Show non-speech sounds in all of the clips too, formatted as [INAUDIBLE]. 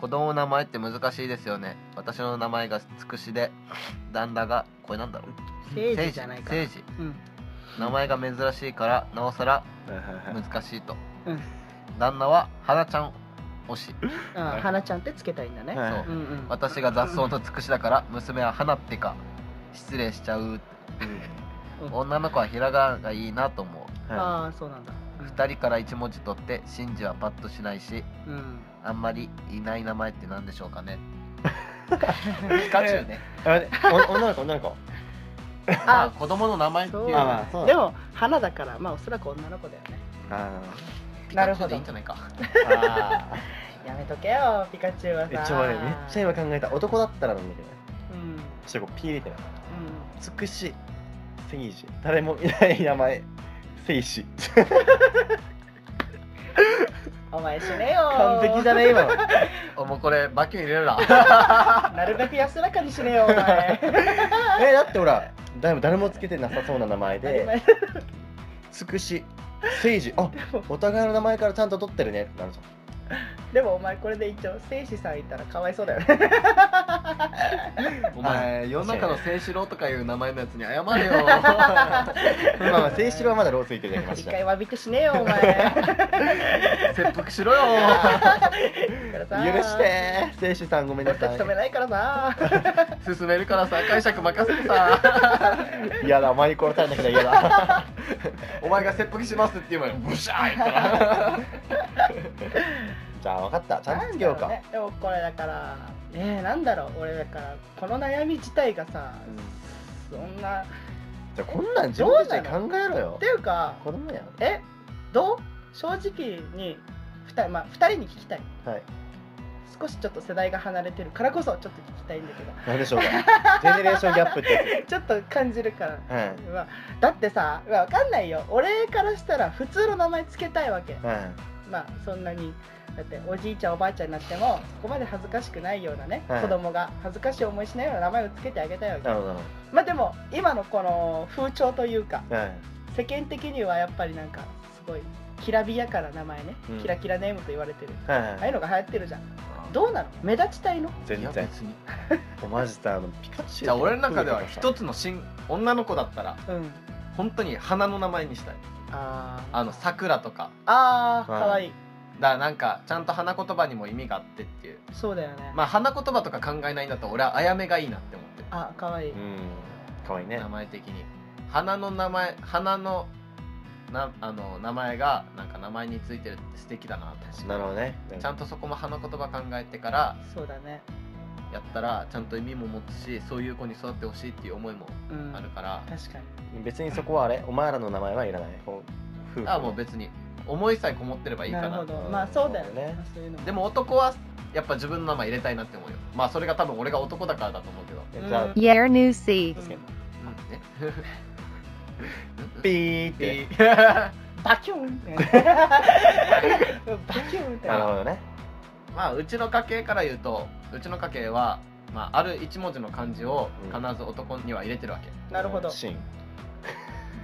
子供の名前って難しいですよね私の名前がつくしで旦那がこれなんだろう聖治じゃないかな聖治聖うん治名前が珍しいからなおさらはいはいはい難しいと、うん旦那は花ちゃん推しあ花ちゃんってつけたいんだね、はいそううんうん私が雑草のつくしだから娘は花ってか失礼しちゃううん女の子はひらがながいいなと思うはああそうなんだ2人から1文字取ってシンジはパッとしないしうんあんまりいない名前って何でしょうか [LAUGHS] ねピカチュウねいあれお女の子女の子まああ子供の名前っていうそうのはあーそうでだも花だからまあおそらく女の子だよねあピなカるチュほウでどいいんじゃないかあやめとけよピカチュウはーえさちょ俺めっちゃ今考えた男だったらなんだけどうんちょっとこうピーってなつくしせいじ誰もいない名前せいしうんお前死ねよ完璧じゃね今の [LAUGHS] おもうこれバキュン入れる [LAUGHS] ななるべく安らかに死ねよお前えだってほら誰も誰もつけてなさそうな名前当たりで前つくしせいじあお互いの名前からちゃんと取ってるねってなるじ [LAUGHS] でもお前これで一応聖子さんいたらかわいそうだよねお前世の中の清志郎とかいう名前のやつに [LAUGHS] 謝れよゃんまあまあせいしろはまだローついてるじゃんマジ一で回詫びて死ねよお [LAUGHS] 前切腹しろよだか許らさしてせいしさんごめんな俺たさち止めいないからさ進めるからさ解釈任せてさ嫌だお前に殺されたくない嫌だお前が切腹しますって言う前にブシャーいったらじゃあ分かったちゃんとつけようかなんだろねでもこれだからえー、なんだろう俺だからこの悩み自体がさうんそんなっじゃあこんなん自分たちで考えろよていうか子供やんえどう正直に二人まあ、二人に聞きたいはい少しちょっと世代が離れてるからこそちょっと聞きたいんだけど何でしょうかジェネレーションギャップってや [LAUGHS] ちょっと感じるからつはいまあだってさまあわかんないよ俺からしたら普通の名前つけたいわけはまあそんなにだっておじいちゃんおばあちゃんになってもそこまで恥ずかしくないようなね、はい子供が恥ずかしい思いしないような名前をつけてあげたいわいけなるほどまあでも今のこの風潮というかはい世間的にはやっぱりなんかすごいきらびやかな名前ね、うんキラキラネームと言われてるああはいいうのが流行ってるじゃんどうなの目立ちたいの全いや然別にマジさあのピカチュウじゃあ俺の中ではつ一つの新女の子だったらうん本当に花の名前にしたいあーあの桜とかあーはいかわいいだからなんかちゃんと花言葉にも意味があってっていうそうだよね、まあ花言葉とか考えないんだったら俺はあやめがいいなって思ってるあかわいい、うんかわいいね名前的に花の名前花のなあの名前がなんか名前についてるって素敵だなってなるほどねちゃんとそこも花言葉考えてからそうだねやったらちゃんと意味も持つしそういう子に育ってほしいっていう思いもうんあるから、確かに別にそこはあれお前らの名前はいらないこう夫婦あもう別に思いさえこもってればいいかななるほどうんまあそうだよねそうだねそういうのもでも男はやっぱ自分の名前入れたいなって思うよまあそれが多分俺が男だからだと思うけど、えじゃあ、うん Yer New C. 確かにうん、えピーっピてーバキュンってバキュンってなるほどねまあうちの家系から言うとうちの家系は、まあ、ある一文字の漢字を必ず男には入れてるわけ、なるほどシーン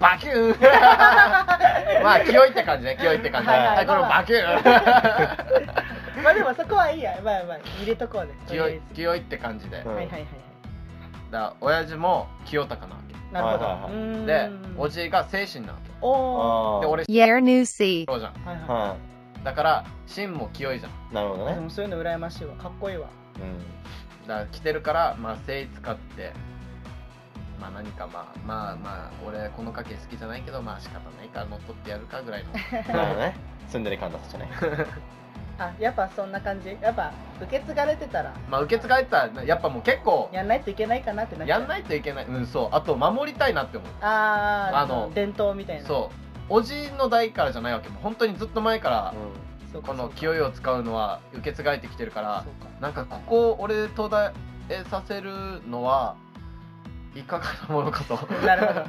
バキューン [LAUGHS] まあ清いって感じね清いって感じ、はいはいタイトルもバキューンまあでもそこはいいやまあまあ入れとこうねとりあ清えいず清いって感じで、うはんいはいはいはいだから親父も清高なわけなるほど、はいはいはいうーんでおじいが精神なわけおおあで俺 Yer New C. そうじゃんーはいははだから芯も清いじゃんいなるほどいでねもそういうの羨ましいわかっこいいわうんだから着てるからまあ精使ってまあ何かまあまあまあ俺この家系好きじゃないけどまあ仕方ないから乗っ取ってやるかぐらいのなるほどね住んでる感出すじゃないあやっぱそんな感じやっぱ受け継がれてたらまあ受け継がれたらやっぱもう結構やんないといけないかなってなっちゃやうんないといけないうんそうあと守りたいなって思うあーあの伝統みたいなそうおじいの代からじゃないわけもう本当にずっと前からそうこのい清いを使うのは受け継がれてきてるからそうかなんかここを俺とだえさせるのはいかがなもの [LAUGHS] かとなるほど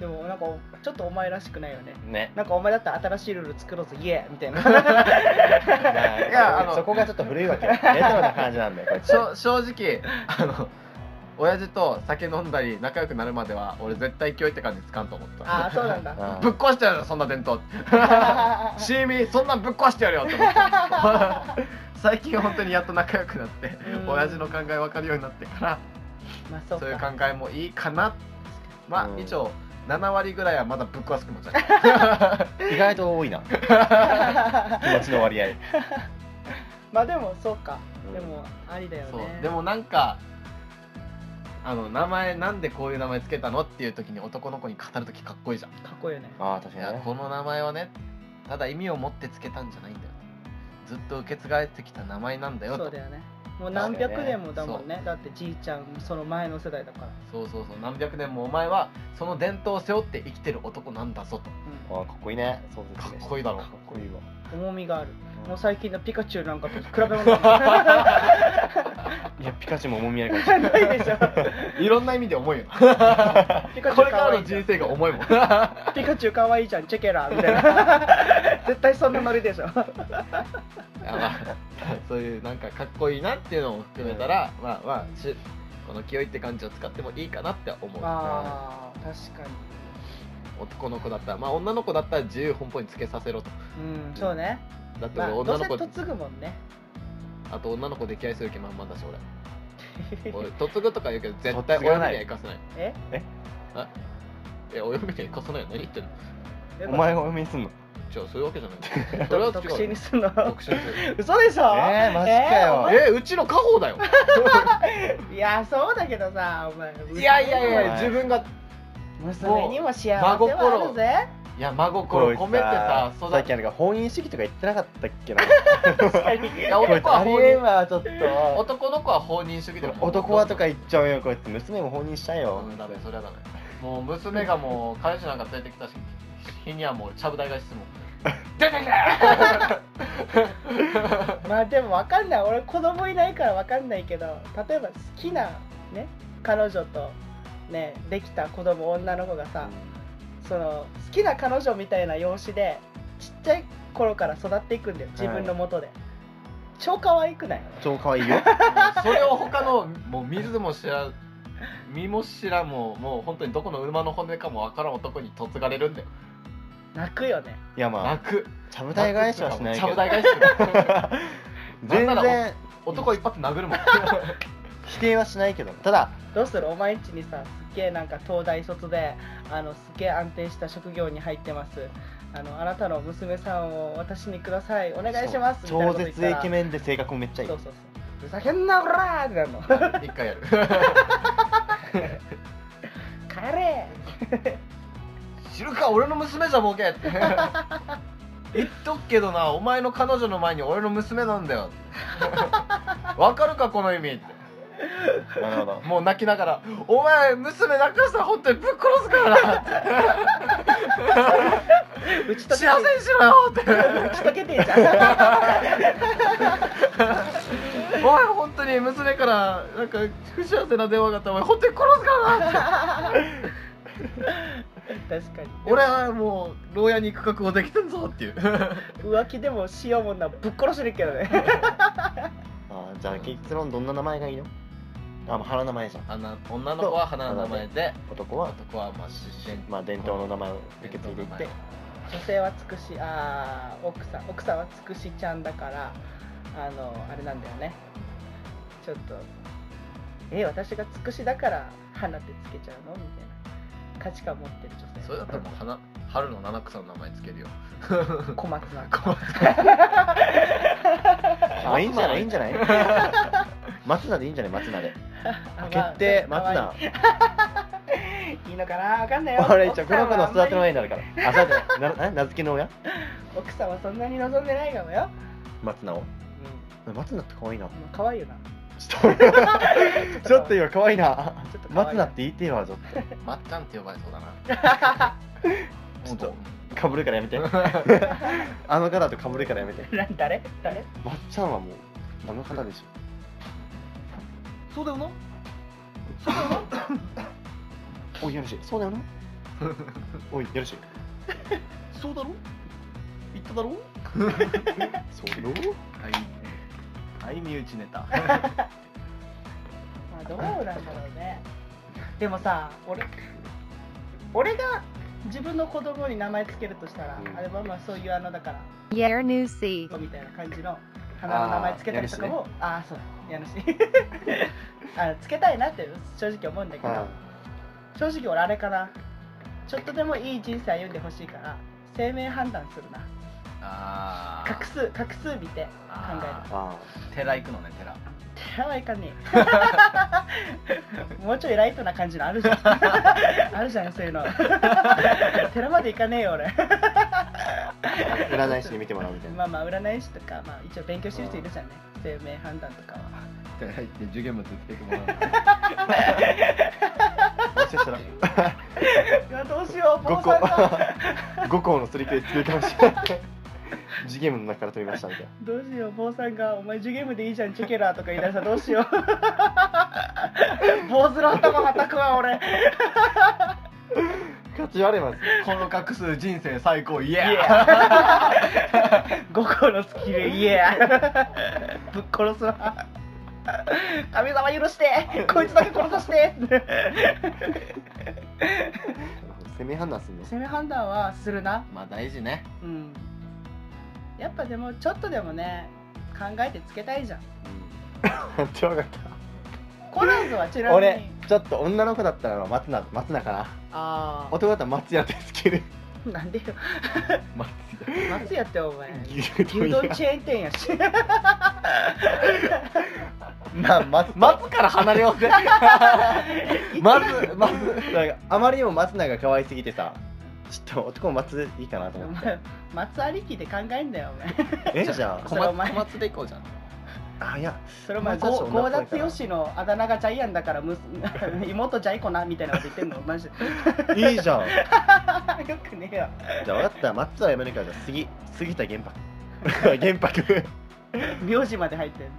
でもなんかちょっとお前らしくないよねうんねなんかお前だったら新しいルール作ろうぜイエーみたいないいやあやのそこがちょっと古いわけレトロな感じなんだよこれしょ正直あの親父と酒飲んだり仲良くなるまでは俺絶対清いって感じつかんと思ったああそうなんだあぶっ壊して [LAUGHS] [LAUGHS] やるよそんな伝統シーミーそんなんぶっ壊してやるよって思った最近本当にやっと仲良くなってうん親父の考え分かるようになってからまあそうそういうか考えもいいかなまうあん一応7割ぐらいはまだぶっ壊す気持ちだ意外と多いな気持ちの割合 [LAUGHS] まあでもそうかうんでもありだよねそうでもなんかあの名前なんでこういう名前つけたのっていう時に男の子に語る時かっこいいじゃんかっこいいよねああ確いかにやねこの名前はねただ意味を持ってつけたんじゃないんだよずっと受け継がれてきた名前なんだよそとうだよねもう何百年もだもんねそだってじいちゃんその前の世代だから、そうそうそう何百年もお前はその伝統を背負って生きてる男なんだぞ [LAUGHS] と [LAUGHS] うああかっこいいねそうですかっねこいいだろかっこいいわん、重みがあるもうう最近のピカチュウなんかと比べ物になんいやピカチュウも重みあるかもし [LAUGHS] れないないでしょいろんな意味で重いよなピカ [LAUGHS] チこュウれかからわいのいじゃ人生んが重いもんピカチュウかわいいじゃんチェケラ [LAUGHS] みたいな絶対そんなノリでしょあまあ [LAUGHS] そういうなんかかっこいいなっていうのも含めたら、まあまあしこの「清い」って漢字を使ってもいいかなって思うああ確か男の子だったらまあ女の子だったら自由奔放につけさせろとにうんそうね、だってまあ、俺どう女せの子、嫁ぐもんねあ、と女の子出来合いする気満々だし [LAUGHS] 俺俺嫁ぐとか言うけど絶対お嫁に嫁がなはい行かせないえいやお嫁には行かせないよ何言ってんのお前がお嫁にすんの違うそういうわけじゃ [LAUGHS] ないそれは違う独身にすんの独身ですよ嘘でしょ、えーマジかよえうちの家宝だよいやそうだけどさお前いやいやいおや前自分が娘にも幸せはもうあるぜいや真心込めてさこいつ育さっきてなんか本姻主義とか言ってなかったっけな確かにいやこい男つはあり本え人んわちょっと男の子は放任主義だよ男はとか言っちゃうよこいつ娘も放任したいようんダメそれはダメもう娘がもう彼氏なんか連れてきたし日にはもうちゃぶ台返しするもん [LAUGHS] 出てきてまあでもわかんない俺子供いないからわかんないけど例えば好きなね彼女とねできた子供女の子がさ、その好きな彼女みたいな容姿でちっちゃい頃から育っていくんだよ自分の元で、超可愛くない超可愛いよそれを他のもう見ずも知らん身も知らんもうもう本当にどこの馬の骨かもわからん男に嫁がれるんだよ泣くよねいやまあ泣くちゃぶ台返しはしないちゃけぶど台返しする全なんな然ら男一発殴るもん否定はしないけどただどうするお前んちにさすっげえなんか東大卒であのすっげえ安定した職業に入ってますあのあなたの娘さんを私にくださいお願いしますみたいな超こと言っ絶たらイケメンで性格もめっちゃいいそうそうそうふざけんなおらーってなるの一回やる帰れ知るか俺の娘じゃボケって言っとくけどなお前の彼女の前に俺の娘なんだよわかるかこの意味ってなるほどもう泣きながら「お前娘泣かしたら本当にぶっ殺すからな」ってー打ち「幸せ解にしろよ」ってけ打ち解けてんじ [LAUGHS] ゃん「お前本当に娘からなんか不幸せな電話があったらお前本当に殺すからな」って確かに俺はもう牢屋に行く覚悟できてんぞっていう浮気でもしようもんならぶっ殺してるけどねあーじゃあ結論どんな名前がいいのあもう花名前じゃんあの女の子は花の名前で男は男はまあ出身まあ伝統の名前を受け継いでいって女性はつくしあー奥さん奥さんはつくしちゃんだからあのあれなんだよねちょっとえ私がつくしだから花ってつけちゃうのみたいな価値観持ってる女性それだったらもう花春の七草の名前つけるよ小松菜小あいいんじゃないいいんじゃ [LAUGHS] ない松菜でいいんじゃない松菜であ決定ま松あ菜いいのかなわかんないよ俺一応この子の育奥さんはあんまりての親になるからあ育てなな名付けの親奥さんはそんなに望んでないかもよ松菜をう松菜って可愛いなん可愛いよなちょっとちょっと [LAUGHS] よ今可愛い [LAUGHS] なちょっと可愛い松菜って言ってよちょっまっちゃんって呼ばれそうだなちょっととかぶるから [LAUGHS] やめてあの方とかぶるからやめて誰誰まっちゃんはもうあの方でしそうだよなょおいよろしいそうだ [LAUGHS] よなおいよろしいそうだろ言っただろそうだろはいはい身内ネ [LAUGHS] タまあどうなんだろうねでもさ俺俺が自分の子供に名前つけるとしたら、うんあれはまあそういうあのだから Year New Sea. みたいな感じの花の名前つけたりとかもあ、あーそう家主 [LAUGHS] あのつけたいなって正直思うんだけど、は正直俺あれかなちょっとでもいい人生歩んでほしいから生命判断するなあ画数画数見てあいあー寺行くのね寺手はいかねえ [LAUGHS] もうちょいライトな感じのあるじゃんあるじゃんそういうの寺まで行かねえよ俺ー占い師に見てもらうみたいなまあまあ占い師とか、まあ、一応勉強してる人いるじゃんね生命判断とかは寺行って受験物つけてもらうもしかしたらいやどうしよう坊5さんが個5個のすり切れつるかもしれない次元の中から飛びましたみたいなどうしよう坊さんが「お前受験部でいいじゃんチェケラ」とか言い出したらどうしよう坊主の頭はたくわ俺価値あり [LAUGHS] ます [LAUGHS] この画数人生最高イエーイ五個のスキルいやぶっ殺すわ神様許してこいつだけ殺させて攻め判断すんの攻め判断はするなまあ大事ねうんやっぱでもちょっとでもね考えてつけたいじゃんちょ分かっコナンズはちたなみ俺にちょっと女の子だったら松菜松菜かなあ男だったら松屋ってつけるあなんでよ [LAUGHS] 松松屋ってお前屋牛丼チェーン店やしまあ松松から離れよ [LAUGHS] うぜまずまずなんかあまりにも松菜が可愛すぎてさちょっと男も松いいかなとお [LAUGHS] 思っ前松ありきで考えんだよお前てえじゃ小それ松お前小松で行こうじゃんああいやそれお前松ゴ橋女っぽいーダからツヨシのあだ名がジャイアンだからむ [LAUGHS] 妹ジャイコなみたいなこと言ってんのマジでいいじゃん [LAUGHS] よくねえよじゃあ分かった松田はやめるからじゃあ杉杉田玄 [LAUGHS] 白玄白名字まで入ってる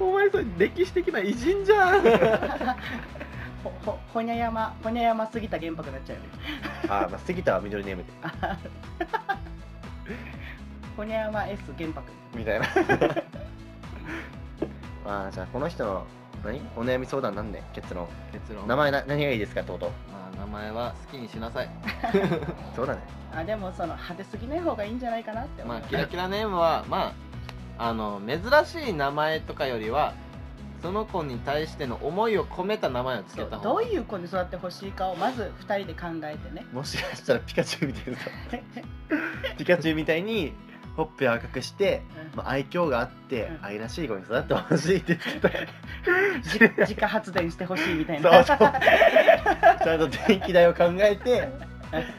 お前それ歴史的な偉人じゃん [LAUGHS] ほほほにゃやまほにゃやますぎた原爆になっちゃうよねあー、まあ、杉田は緑ネームでほにゃやま S 原爆みたいな [LAUGHS] あーじゃあこの人の何お悩み相談なんね結論結論名前な何がいいですかってことまあ名前は好きにしなさいそうだねあでもその派手すぎない方がいいんじゃないかなって思まう、あキラキラネームはまああの珍しい名前とかよりはその子に対しての思いを込めた名前をつけそうた方どがういう子に育ってほしいかをまず2人で考えて [LAUGHS] ねもしかしたらピカチュウみたい [LAUGHS] なさピカチュウみたいにほっぺを赤くして、まあ、愛嬌があって、うん愛らしい子に育ってほしいって言 [LAUGHS] ってじた自家発電してほしいみたいそうなそうちゃんと電気代を考えて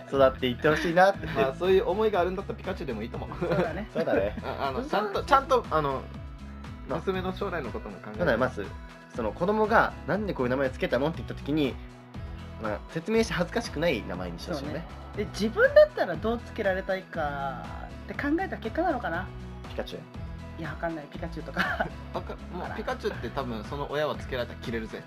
育っていってほしいなってまあそういう思いがあるんだったらピカチュウでもいいと思う [LAUGHS] そうだねそうだねああの嘘ちゃんとちゃんとあの娘の将来のことも考えそうだねまずその子供がなんでこういう名前をつけたのって言った時に、まあ、説明して恥ずかしくない名前にしてほしいよねで自分だったらどうつけられたいかって考えた結果なのかなピカチュウいやわかんないピカチュウとか [LAUGHS] バカもうピカチュウって多分その親はつけられたら切れる [LAUGHS] ぜ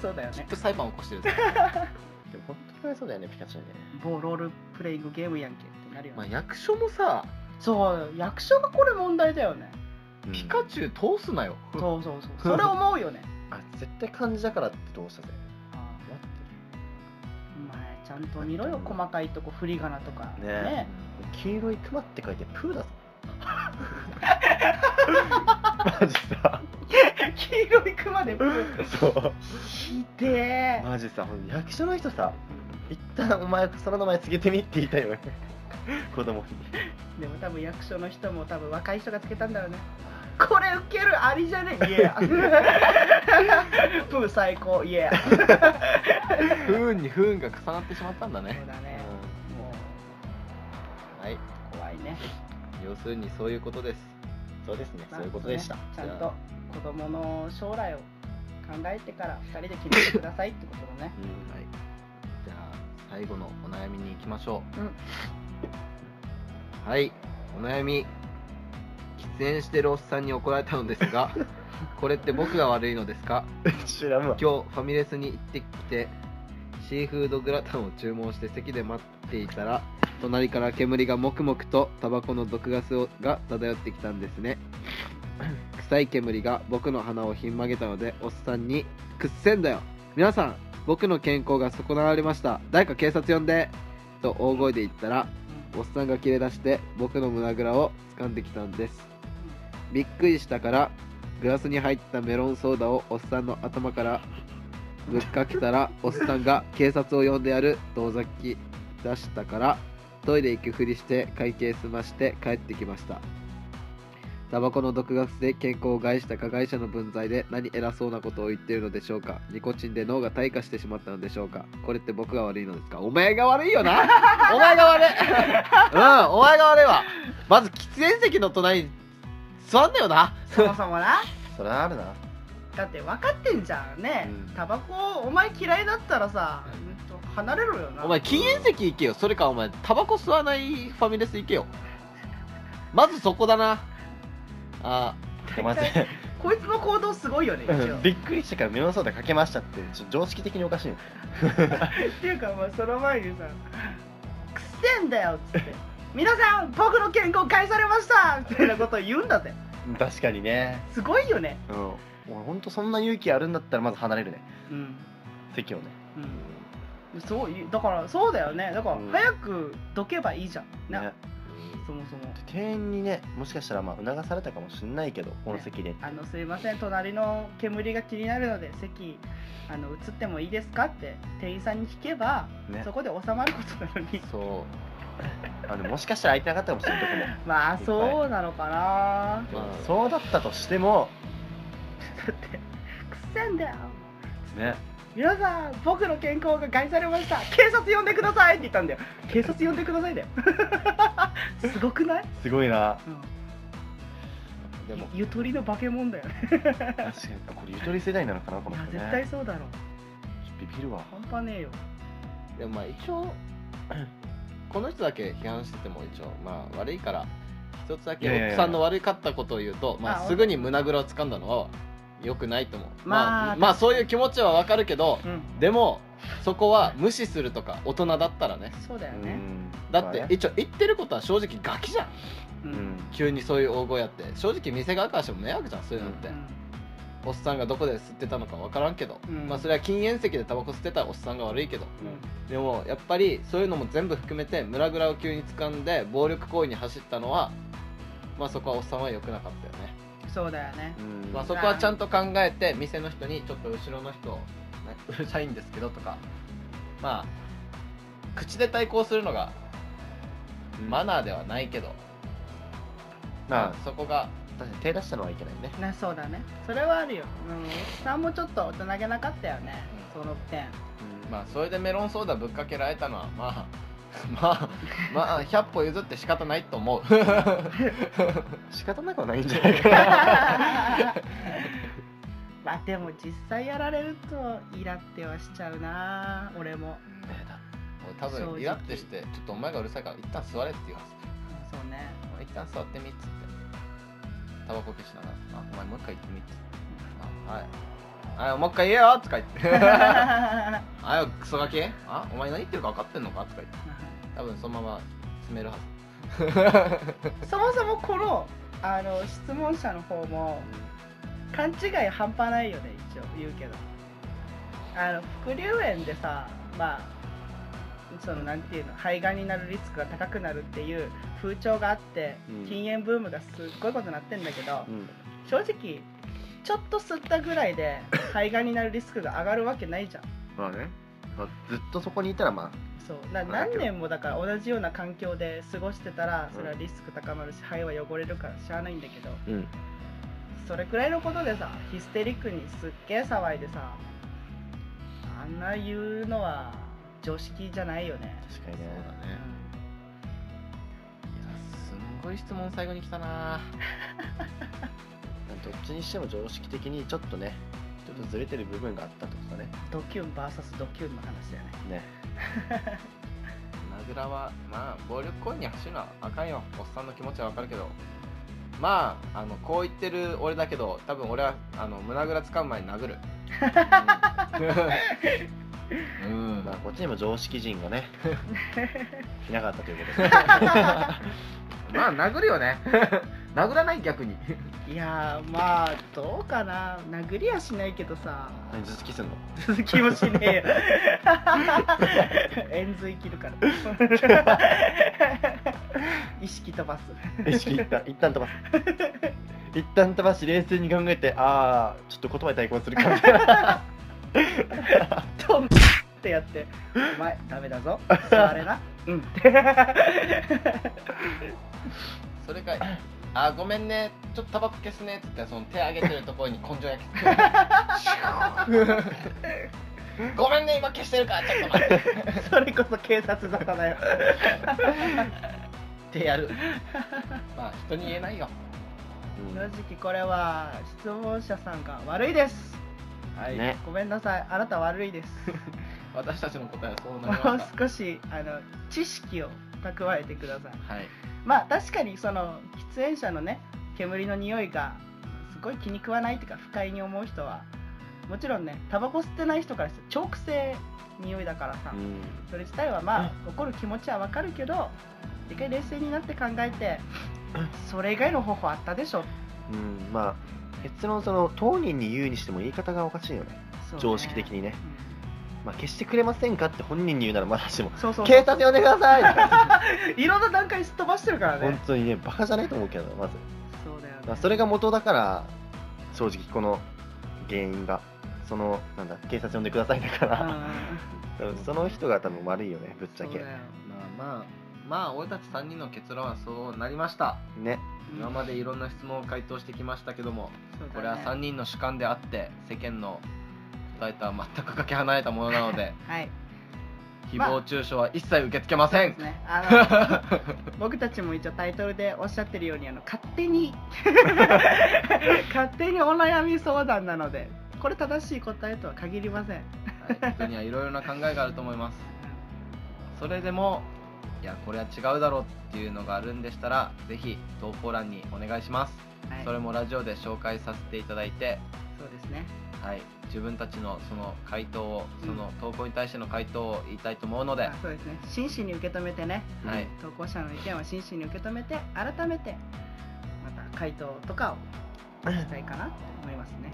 そうだよきっねと裁判起こしてるぜでも本当にかわいそうだよねピカチュウねボーロールプレイングゲームやんけってなるよね、まあ役所もさそう役所がこれ問題だよねピカチュウ通すなよそうそうそうそれ思うよねあ絶対漢字だからってどうしたぜあお前ちゃんと見ろよ細かいとこ振り仮名とかねね黄色いクマって書いてプー [LAUGHS] だぞマジさ黄色いクマでそうひでえマジさほんと役所の人さ一旦お前その名前つけてみって言いたいよ [LAUGHS] ね子供にでも多分役所の人も多分若い人がつけたんだろうねこれウケるありじゃねえイエープー最高イエー不そ運に不運が重なってしまったんだねうだねもはいう怖いね要するにそういうことですそうですねまあそういうことでしたねちゃんと子供の将来を考えてから2人で決めてくださいってことだねうんはいじゃあ最後のお悩みに行きましょう、うんはいお悩み喫煙してるおっさんに怒られたのです [LAUGHS] がこれって僕が悪いのですか知らんわ今日ファミレスに行ってきてシーフードグラタンを注文して席で待っていたら隣から煙がもくもくとタバコの毒ガスをが漂ってきたんですね臭い煙が僕の鼻をひん曲げたのでおっさんに「くっせんだよ皆さん僕の健康が損なわれました誰か警察呼んで!」と大声で言ったらおっさんが切れ出して僕の胸ぐらを掴んできたんですうんびっくりしたからグラスに入ったメロンソーダをおっさんの頭からぶっかけたらおっさんが警察を呼んでやるとおざき出したからトイレ行くふりして会計済まして帰ってきましたタバコの毒ガスで健康を害した加害者の分際で何偉そうなことを言っているのでしょうかニコチンで脳が退化してしまったのでしょうかこれって僕が悪いのですかお前が悪いよな [LAUGHS] お前が悪いうんお前が悪いわまず喫煙席の隣に座んだよなそもそもなそれはあるなだって分かってんじゃんねうんタバコお前嫌いだったらさうんと離れろよなお前禁煙席行けよそれかお前タバコ吸わないファミレス行けよまずそこだなあまずこいつの行動すごいよね一応 [LAUGHS] びっくりしたからメロンソーダかけましたってちょ常識的におかしいよっていうかまあその前にさ「くせえんだよ」っつって「皆さん僕の健康返されました!」みたいなことを言うんだって確かにねすごいよねうん俺ほんとそんな勇気あるんだったらまず離れるねうん席をねうんそういだからそうだよねだからうん早くどけばいいじゃんな、ねそもそも店員にねもしかしたらまあ促されたかもしんないけどこの席で、あのすいません隣の煙が気になるので席あの移ってもいいですかって店員さんに聞けば、ねそこで収まることなのにそうあのもしかしたら空いてなかったかもしれないとこもまあそうなのかなまあそうだったとしてもだってくせえんだよね皆さん僕の健康が害されました警察呼んでくださいって言ったんだよ警察呼んでくださいだ [LAUGHS] よすごくない、すごいなでもゆゆとりの化け物だよね確かにこれゆとり世代なのかなこいのや人ね絶対そうだろうちょっとビビるわ半端ねえよでもまあ一応 [CLEARS THROAT] この人だけ批判してても一応まあ悪いから一つだいやいやいけや奥さんの悪かったことを言うとまああすぐに胸ぐらを掴んだのは良くないと思うまあまあ、まあそういう気持ちはわかるけどうんでもそこは無視するとか大人だったらねそうだようねんだってまあね一応言ってることは正直ガキじゃんうん、ううんん急にそういう大声やって正直店側からしても迷惑じゃんそういうのって、おっさんがどこで吸ってたのか分からんけど、うんまあそれは禁煙席でタバコ吸ってたおっさんが悪いけどでもやっぱりそういうのも全部含めて村ぐらを急に掴んで暴力行為に走ったのはまあそこはおっさんは良くなかったよね、そうだよねうんまあ、そこはちゃんと考えて店の人にちょっと後ろの人ねうるさいんですけどとかまあ口で対抗するのがマナーではないけど、まあそこが確かに手出したのはいけないねなそうだねそれはあるよ、うん、おっさんもちょっと大人げなかったよねその点 [LAUGHS] まあそれでメロンソーダぶっかけられたのはまあ [LAUGHS] [LAUGHS] まあまあ100歩譲って仕方ないと思う仕方なくはないんじゃないかなまあでも実際やられるとイラってはしちゃうな俺も俺多分イラってしてちょっとお前がうるさいから一旦座れって言われそう [LAUGHS] ねて一旦座ってみっつってタバコ消しながら「あお前もう一回言ってみ」っつって「あはいあもう一回言えよ」とか言って [LAUGHS] 「あよクソガキあお前何言ってるか分かってんのか?」とか言って多分そのまま詰めるはずそもそもこのあの質問者の方も勘違い半端ないよね一応言うけどあの副流炎でさまあそのなんていうの肺がんになるリスクが高くなるっていう風潮があって、うん禁煙ブームがすっごいことになってんだけど、 [LAUGHS] うん正直ちょっと吸ったぐらいで肺がんになるリスクが上がるわけないじゃんまあね、まあ、ずっとそこにいたらまそうなまあだけ何ど年もだから同じような環境で過ごしてたらそれはリスク高まるし肺は汚れるからしゃあないんだけどあ、うん、それくらいのことでさヒステリックにすっげえ騒いでさあんな言うのは常識じゃないよね確かにねねいやすんごい質問最後に来たなどっちにしても常識的にちょっとねちょっとずれてる部分があったってことだねドキュン VS ドキュンの話だよねねなぐらはまあ暴力行為に走るのはあかんよおっさんの気持ちはわかるけどまああのこう言ってる俺だけど多分俺はあの胸ぐら掴む前に殴 [LAUGHS] るうん、うんまあこっちにも常識人 [LAUGHS] がねいなかったという [LAUGHS] ことでまあ殴るよね [LAUGHS] 殴らない逆にいやーまあどうかな殴りはしないけどさ何頭突きすんの続きもしねえよ円髄切るから意識飛ばす意識いった一旦飛ばす [LAUGHS] 一旦たばし冷静に考えてああちょっと言葉に対抗するかみたい [LAUGHS] なとんってやって「お前ダメだぞ座れな」うんってそれかあごめんねちょっとタバコ消すねっつってその手上げてるところに根性焼き [LAUGHS] ごめんね今消してるからちょっと待ってそれこそ警察沙汰だよってやるまあ人に言えないよ正直これは質問者さんが悪いですはい、ねごめんなさいあなた悪 [LAUGHS] いです私たちの答えはそうなもり [LAUGHS] まうし少しあの知識を蓄えてくださいたはいまあ確かにその喫煙者のね煙の匂いがすごい気に食わないというか不快に思う人はもちろんねタバコ吸ってない人からして超癖匂いだからさ、うんそれ自体はまあ、怒る気持ちはわかるけど一回冷静になって考えて、それ以外の方法あったでしょうんまあ結論その当人に言うにしても言い方がおかしいよねそうね常識的にねうんまあ消してくれませんかって本人に言うならまだしもそうそう警察呼んでくださ [LAUGHS] いいろんな段階すっ飛ばしてるから本ね当にねバカじゃないと思うけどまず、そうだよね、まあ、それが元だから正直この原因がそのなんだ警察呼んでくださいだから、多分その人が多分悪いよねぶっちうゃんけそうだよまあまあまあ俺たち3人の結論はそうなりましたねうん今までいろんな質問を回答してきましたけどもそうだねこれは3人の主観であって世間の答えとは全くかけ離れたものなので [LAUGHS] はい誹謗中傷は一切受け付けません、ね、あの [LAUGHS] 僕たちも一応タイトルでおっしゃってるようにあの勝手に勝手にお悩み相談なのでこれ正しい答えとは限りませんはい人にはいろいろな考えがあると思いますそれでもいやこれは違うだろうっていうのがあるんでしたらぜひ投稿欄にお願いします、はいそれもラジオで紹介させていただいて、そうですねはい、自分たちのその回答をうんその投稿に対しての回答を言いたいと思うので、あそうですね真摯に受け止めてねはい、投稿者の意見を真摯に受け止めて改めてまた回答とかをしたいかなと思いますね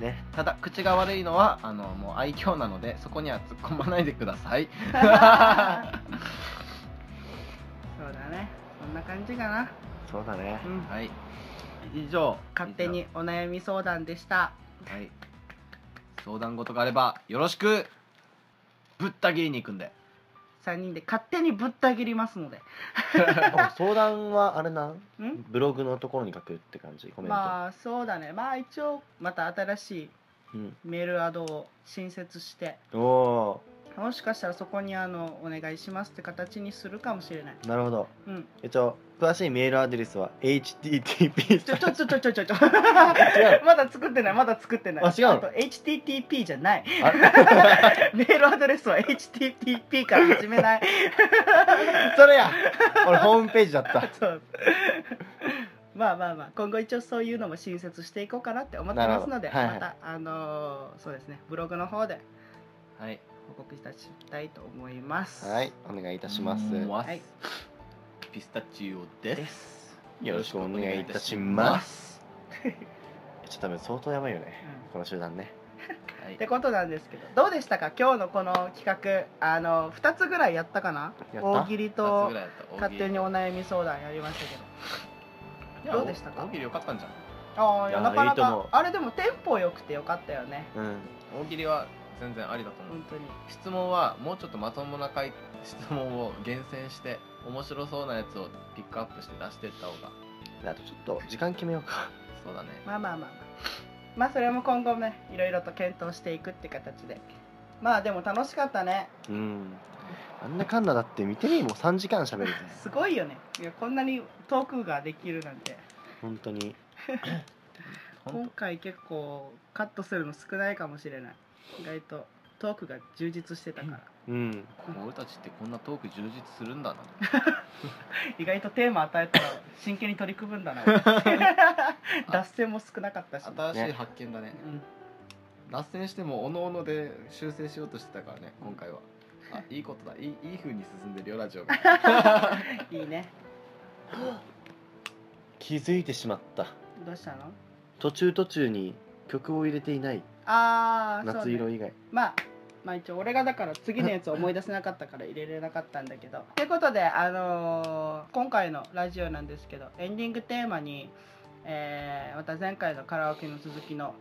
ねただ口が悪いのはあのもう愛嬌なのでそこには突っ込まないでください [LAUGHS] そうだねそんな感じかな、そうだ [LAUGHS] ねうん、はい以上勝手にお悩み相談でしたはい、相談事があればよろしくぶった切りに行くんで3人で勝手にぶった切りますのであ相談はあれなんんブログのところに書くって感じコメント、まあそうだねまあ一応また新しいうん、メールアドを新設しておおもしかしたらそこにあのお願いしますって形にするかもしれないーなるほどうん一応詳しいメールアドレスは http ちょちょちょちょちょちょ [LAUGHS] ちょ [LAUGHS] 違うまだ作ってないまだ作ってないあ違うのと HTTP じゃないあメールアドレスは HTTP から始めないそれや俺ホームページだったそうまあまあまあ今後一応そういうのも新設していこうかなって思ってますので、なるほどはいはいまたあのーそうですねブログの方ではい報告いたしたいと思いますはいお願いいたしますもわはいピスタチオです、よろしくお願いいたしますちょっと多分相当やばいよねうんこの集団ねはいってことなんですけどどうでしたか今日のこの企画あの2つぐらいやったかなやった大喜利二つとぐらいだった勝手にお悩み相談やりましたけいやどうでしたか大喜利よかったんじゃんどああいやなかないいと思うかあれでもテンポ良くてよかったよねうん大喜利は全然ありだと思う、本当に質問はもうちょっとまともな回質問を厳選して面白そうなやつをピックアップして出していった方があとちょっと時間決めようかそうだねまあまあまあまあまあそれも今後ねいろいろと検討していくって形でまあでも楽しかったねうんあんなかんなだって見てみもう3時間喋るぜすごいよねいやこんなにトークができるなんて本当にほん今と回結構カットするの少ないかもしれない意外とトークが充実してたからうん俺たちってこんなトーク充実するんだな意外とテーマ与えたら真剣に取り組むんだ [LAUGHS] な脱線も少なかったし、新しい発見だねうん脱線してもおのおので修正しようとしてたからね今回はあいいことだいいいい風に進んでるよラジオがいいね気づいてしまったどうしたの途中途中に曲を入れていないああ夏色以外まあまあ一応俺がだから次のやつを思い出せなかったから入れれなかったんだけどということであのー今回のラジオなんですけどエンディングテーマにえーまた前回のカラオケの続きの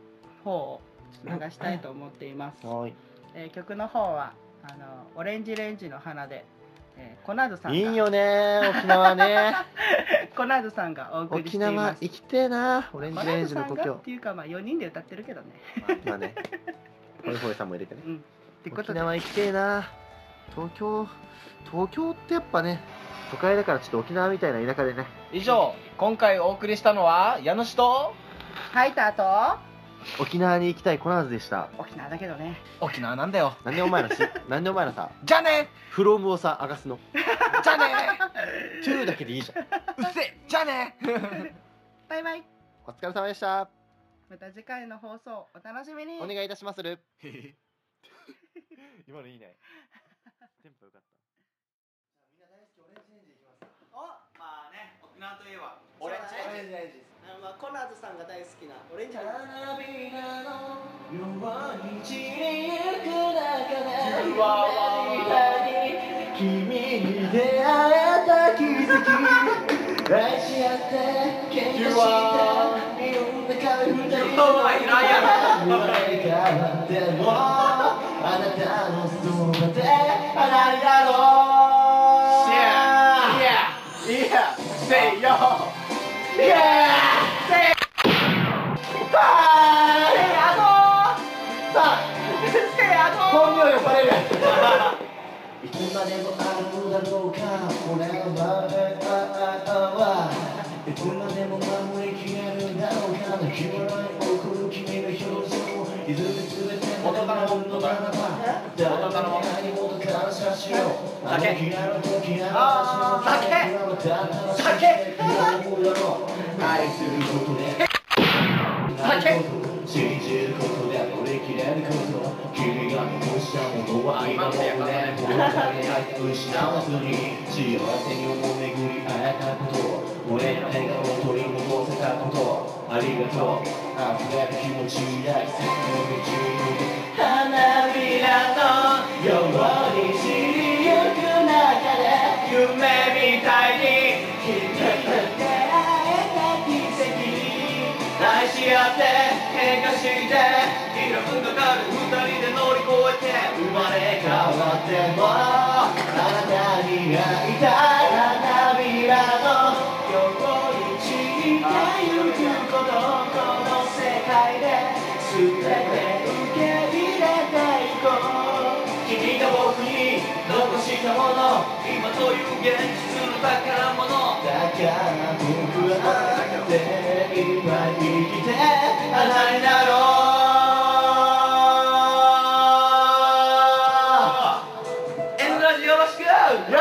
方を流したいと思っています、はい。えー曲の方はあの「オレンジレンジの花で」えーコナードさんがいいよね、沖縄ね。 [LAUGHS] コナードさんがお送りして沖いま縄す行きてえな、オレンコナジレーンドジさのん故が郷っ。ていうかまあ4人で歌ってるけどねまあね、ホイホイさんも入れてねう。んってこ沖とで縄行きてえな。東京、東京ってやっぱね、都会だからちょっと沖縄みたいな田舎でね。 [LAUGHS] 以上今回お送りしたのは家主とハイター沖縄に行きたいコナーズでした。と沖縄だけどね沖縄なんだよなんでお前 [LAUGHS] らし、なんでお前らさ、じゃあねフロムをさ、上がすの。じゃあねトゥーだけでいいじゃん。うっせえじゃあねバイバイお疲れ様でした。また次回の放送お楽しみにお願いいたしまする。今のいいね。 [LAUGHS] テンポよかった。みんな大好きオレンジレンジいきますか。おまあね沖縄といえばオレンそうだねジレンジ。あまあ、コナーズさんが大好きなオレンジレンジ君に出会えた奇跡愛し合って喧嘩していろんな壁二人夢があってもあなたのそばで離れだろう Yeah! Yeah! Say yo! Yeah! Say! さあ本名呼ばれるいつまでもあるだろうか俺の場合はいつまでも守りきれるだろうか泣き笑いを送る君の表情いずれ全て元から元からなら元から元から元から差しよう酒酒あー酒酒愛することで酒信じることで乗り切れること君が残したものは今もね僕らに愛を失わずに幸せにも巡り会えたこと俺の笑顔を取り戻せたことありがとう溢れる気持ちや奇跡の花びらのように散りゆく中で夢みたいに君と出会えた奇跡愛し合って喧嘩していろんな壁二人で乗り越えて生まれ変わってもあなたに会いたい花びらの横に散ってゆくことこの世界で全て受け入れていこう君が僕に残したもの今という現実の宝物だから僕は精一杯生きて花になろう N ラジよろしくよろしく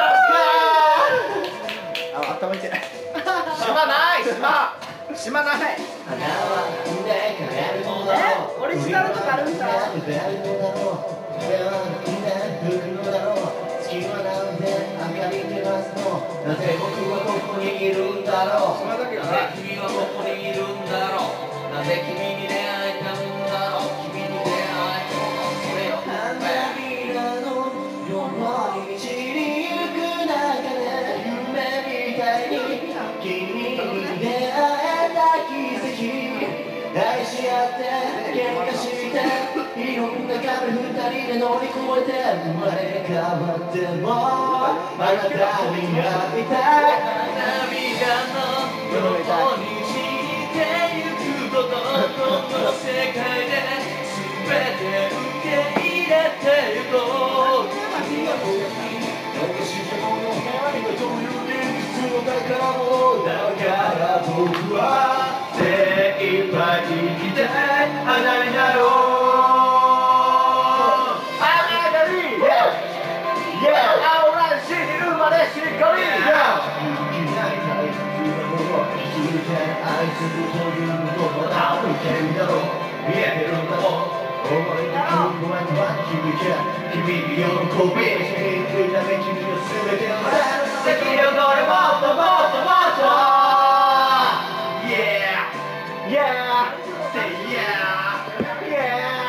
あ、頭痛い島ない島島ない花は産んで帰るのだろうえオリジナルとかあるんだ海は出るのだろう手は生んで吹くのだろう月はなんで明かり照らすのなぜ僕はここにいるんだろう島だけなぜ君はここにいるんだろうなぜ君に出会えたんだろう君に出会えたものそれを花びらのように散りゆく中で夢みたいに君に出会えた奇跡愛し合って喧嘩していろんな壁二人で乗り越えて生まれ変わってもあなたに会いたい涙の横に散ってゆくことこの世界で全て受け入れてゆこう残したもの愛はという現実の宝物だから僕は精一杯生きて花になろうあなたに Yeah! 青らしい生まれしがりいやいきなり大切なもの引き受け愛するということは青い剣だろう見えてるんだろう思いの空間は響け君に喜び君にため君の全てを責任を取れもっともっともっと Yeah! Yeah! Say yeah! Yeah!